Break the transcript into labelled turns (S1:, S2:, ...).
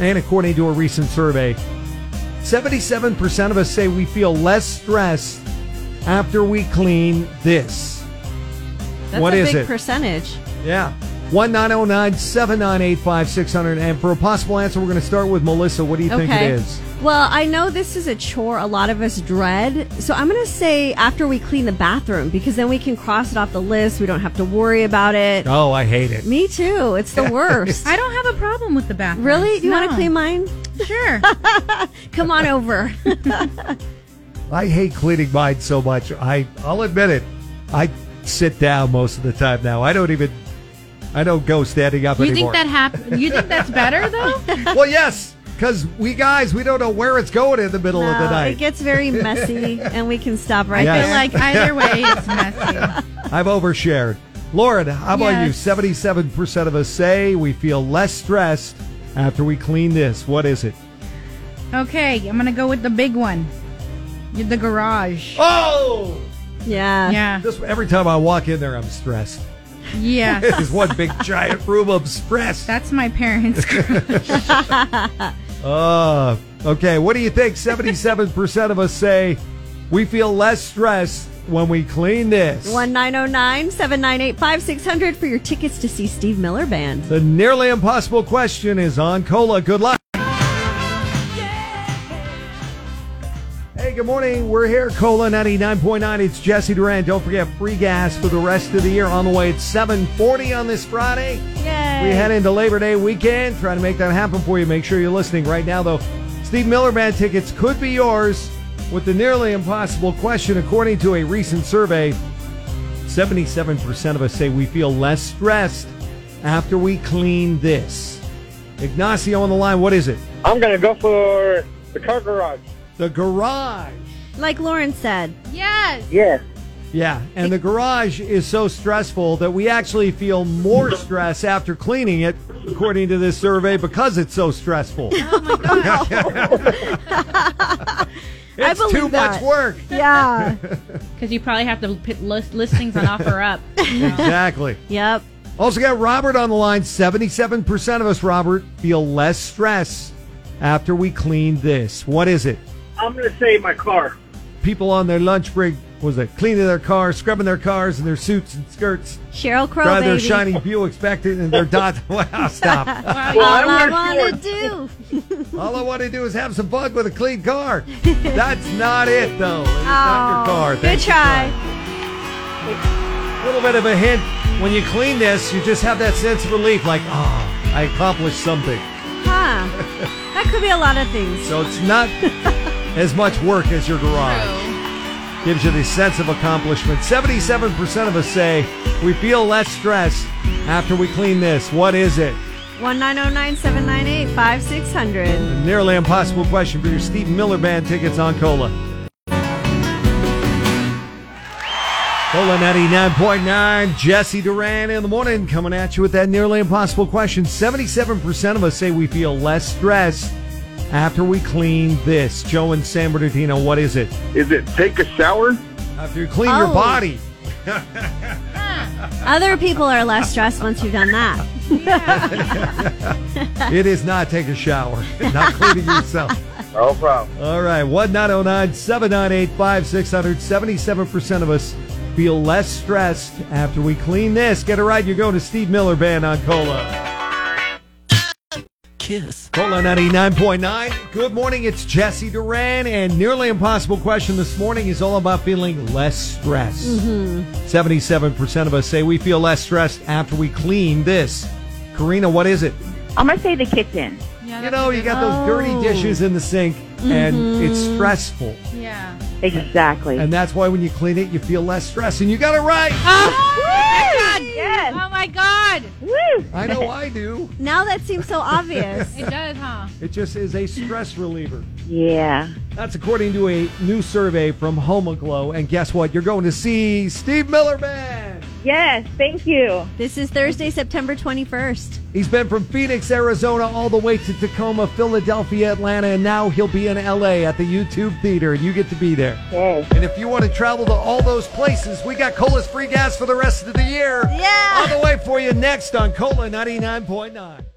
S1: And according to a recent survey, 77% of us say we feel less stressed after we clean this.
S2: That's
S1: What
S2: a
S1: is
S2: big
S1: it?
S2: percentage.
S1: Yeah. 1909 798 5600. And for a possible answer, we're going to start with Melissa. What do you think it is?
S2: Well, I know this is a chore a lot of us dread. So I'm going to say after we clean the bathroom because then we can cross it off the list. We don't have to worry about it.
S1: Oh, I hate it.
S2: Me too. It's the worst.
S3: I don't have a problem with the bathroom.
S2: really? Do you want to clean mine?
S3: Sure.
S2: Come on over.
S1: I hate cleaning mine so much. I, I'll admit it. I sit down most of the time now. I don't even, I don't go standing up
S3: you
S1: anymore.
S3: think that happened? You think that's better though?
S1: well, yes, because we guys, we don't know where it's going in the middle of the
S2: No,
S1: night.
S2: it gets very messy and we can stop right
S1: Yes.
S3: I feel like either way, it's messy.
S1: I've overshared. Lauren, how about
S3: Yes.
S1: you? Seventy-seven percent of us say we feel less stressed after we clean this. What is it?
S3: Okay, I'm gonna go with the big one. The garage.
S1: Oh,
S2: there. Yeah.
S3: Yeah.
S1: this every time I walk in there, I'm stressed.
S3: Yeah.
S1: This is one big giant room of stress.
S3: That's my parents.
S1: Uh, okay. What do you think? Seventy-seven percent of us say we feel less stressed when we clean this.
S2: 1909 798 5600 for your tickets to see Steve Miller Band.
S1: The nearly impossible question is on Cola. Good luck. Hey, good morning. We're here, Cola 99.9. It's Jesse Duran. Don't forget free gas for the rest of the year on the way. It's 740 on this Friday. We head into Labor Day weekend, trying to make that happen for you. Make sure you're listening right now, though. Steve Miller Band tickets could be yours with the nearly impossible question. According to a recent survey, 77% of us say we feel less stressed after we clean this. Ignacio on the line, what is it?
S4: I'm gonna go for the car garage.
S1: The garage.
S2: Like Lauren said,
S3: yes.
S4: Yeah.
S1: Yeah, and the garage is so stressful that we actually feel more stress after cleaning it, according to this survey, because it's so stressful. Oh my God. it's
S2: believe
S1: too much
S2: that.
S1: work.
S2: yeah.
S3: Because you probably have to put list- listings on offer up.
S1: Exactly.
S2: yep.
S1: Also got Robert on the line. 77% of us, Robert, feel less stress after we clean this. What is it?
S4: I'm gonna say my car.
S1: People on their lunch break, what was it cleaning their cars, scrubbing their cars and their suits and skirts,
S2: Cheryl Crow,
S1: drive their
S2: baby.
S1: shiny Buick back in their dot. Wow, stop.
S3: Wow,
S2: All
S4: Well,
S2: uh, I
S4: I'm gonna
S2: want to do.
S1: All I want to do is have some fun with a clean car. That's not it, though. It's not your car.
S2: Oh, Good
S1: Thanks for
S2: try.
S1: A little bit of a hint. When you clean this, you just have that sense of relief, like, ah, I accomplished something.
S2: Huh. That could be a lot of things.
S1: So it's not as much work as your garage. Gives you the sense of accomplishment. 77% of us say we feel less stressed after we clean this. What is it?
S2: 1909 798 5600.
S1: Nearly impossible question for your Steve Miller Band tickets on Cola. Cola 99.9, Jesse Duran in the morning coming at you with that nearly impossible question. 77% of us say we feel less stressed after we clean this. Joe and San Bernardino, what is it?
S4: Is it take a shower?
S1: After you clean
S2: Oh.
S1: your body.
S2: Other people are less stressed once you've done that.
S1: It is not take a shower, not cleaning yourself.
S4: No problem.
S1: All right, 1909 798 5600. 77% of us feel less stressed after we clean this. Get it right, you're going to Steve Miller Band on Cola.
S5: Kiss.
S1: Cola 99.9. Good morning, it's Jesse Duran, and Nearly Impossible Question this morning is all about feeling less stress. 77% of us say we feel less stressed after we clean this. Karina, what is it?
S6: I'm gonna say the kitchen.
S1: You know, you got those dirty
S2: Oh.
S1: dishes in the sink, and it's stressful.
S3: Yeah.
S6: Exactly.
S1: And that's why when you clean it, you feel less stress. And you got it right.
S6: yes.
S3: Oh my God.
S6: Woo.
S1: I know I do.
S2: Now that seems so obvious.
S3: It does, huh?
S1: It just is a stress reliever.
S6: Yeah.
S1: That's according to a new survey from Homoglow. And guess what? You're going to see Steve Miller Band.
S6: Yes. Thank you.
S2: This is Thursday, September 21st.
S1: He's been from Phoenix, Arizona, all the way to Tacoma, Philadelphia, Atlanta, and now he'll be in LA at the YouTube Theater, and you get to be there.
S6: Yes.
S1: And if you want to travel to all those places, we got Cola's free gas for the rest of the year.
S2: Yeah.
S1: On the way for you next on Cola 99.9.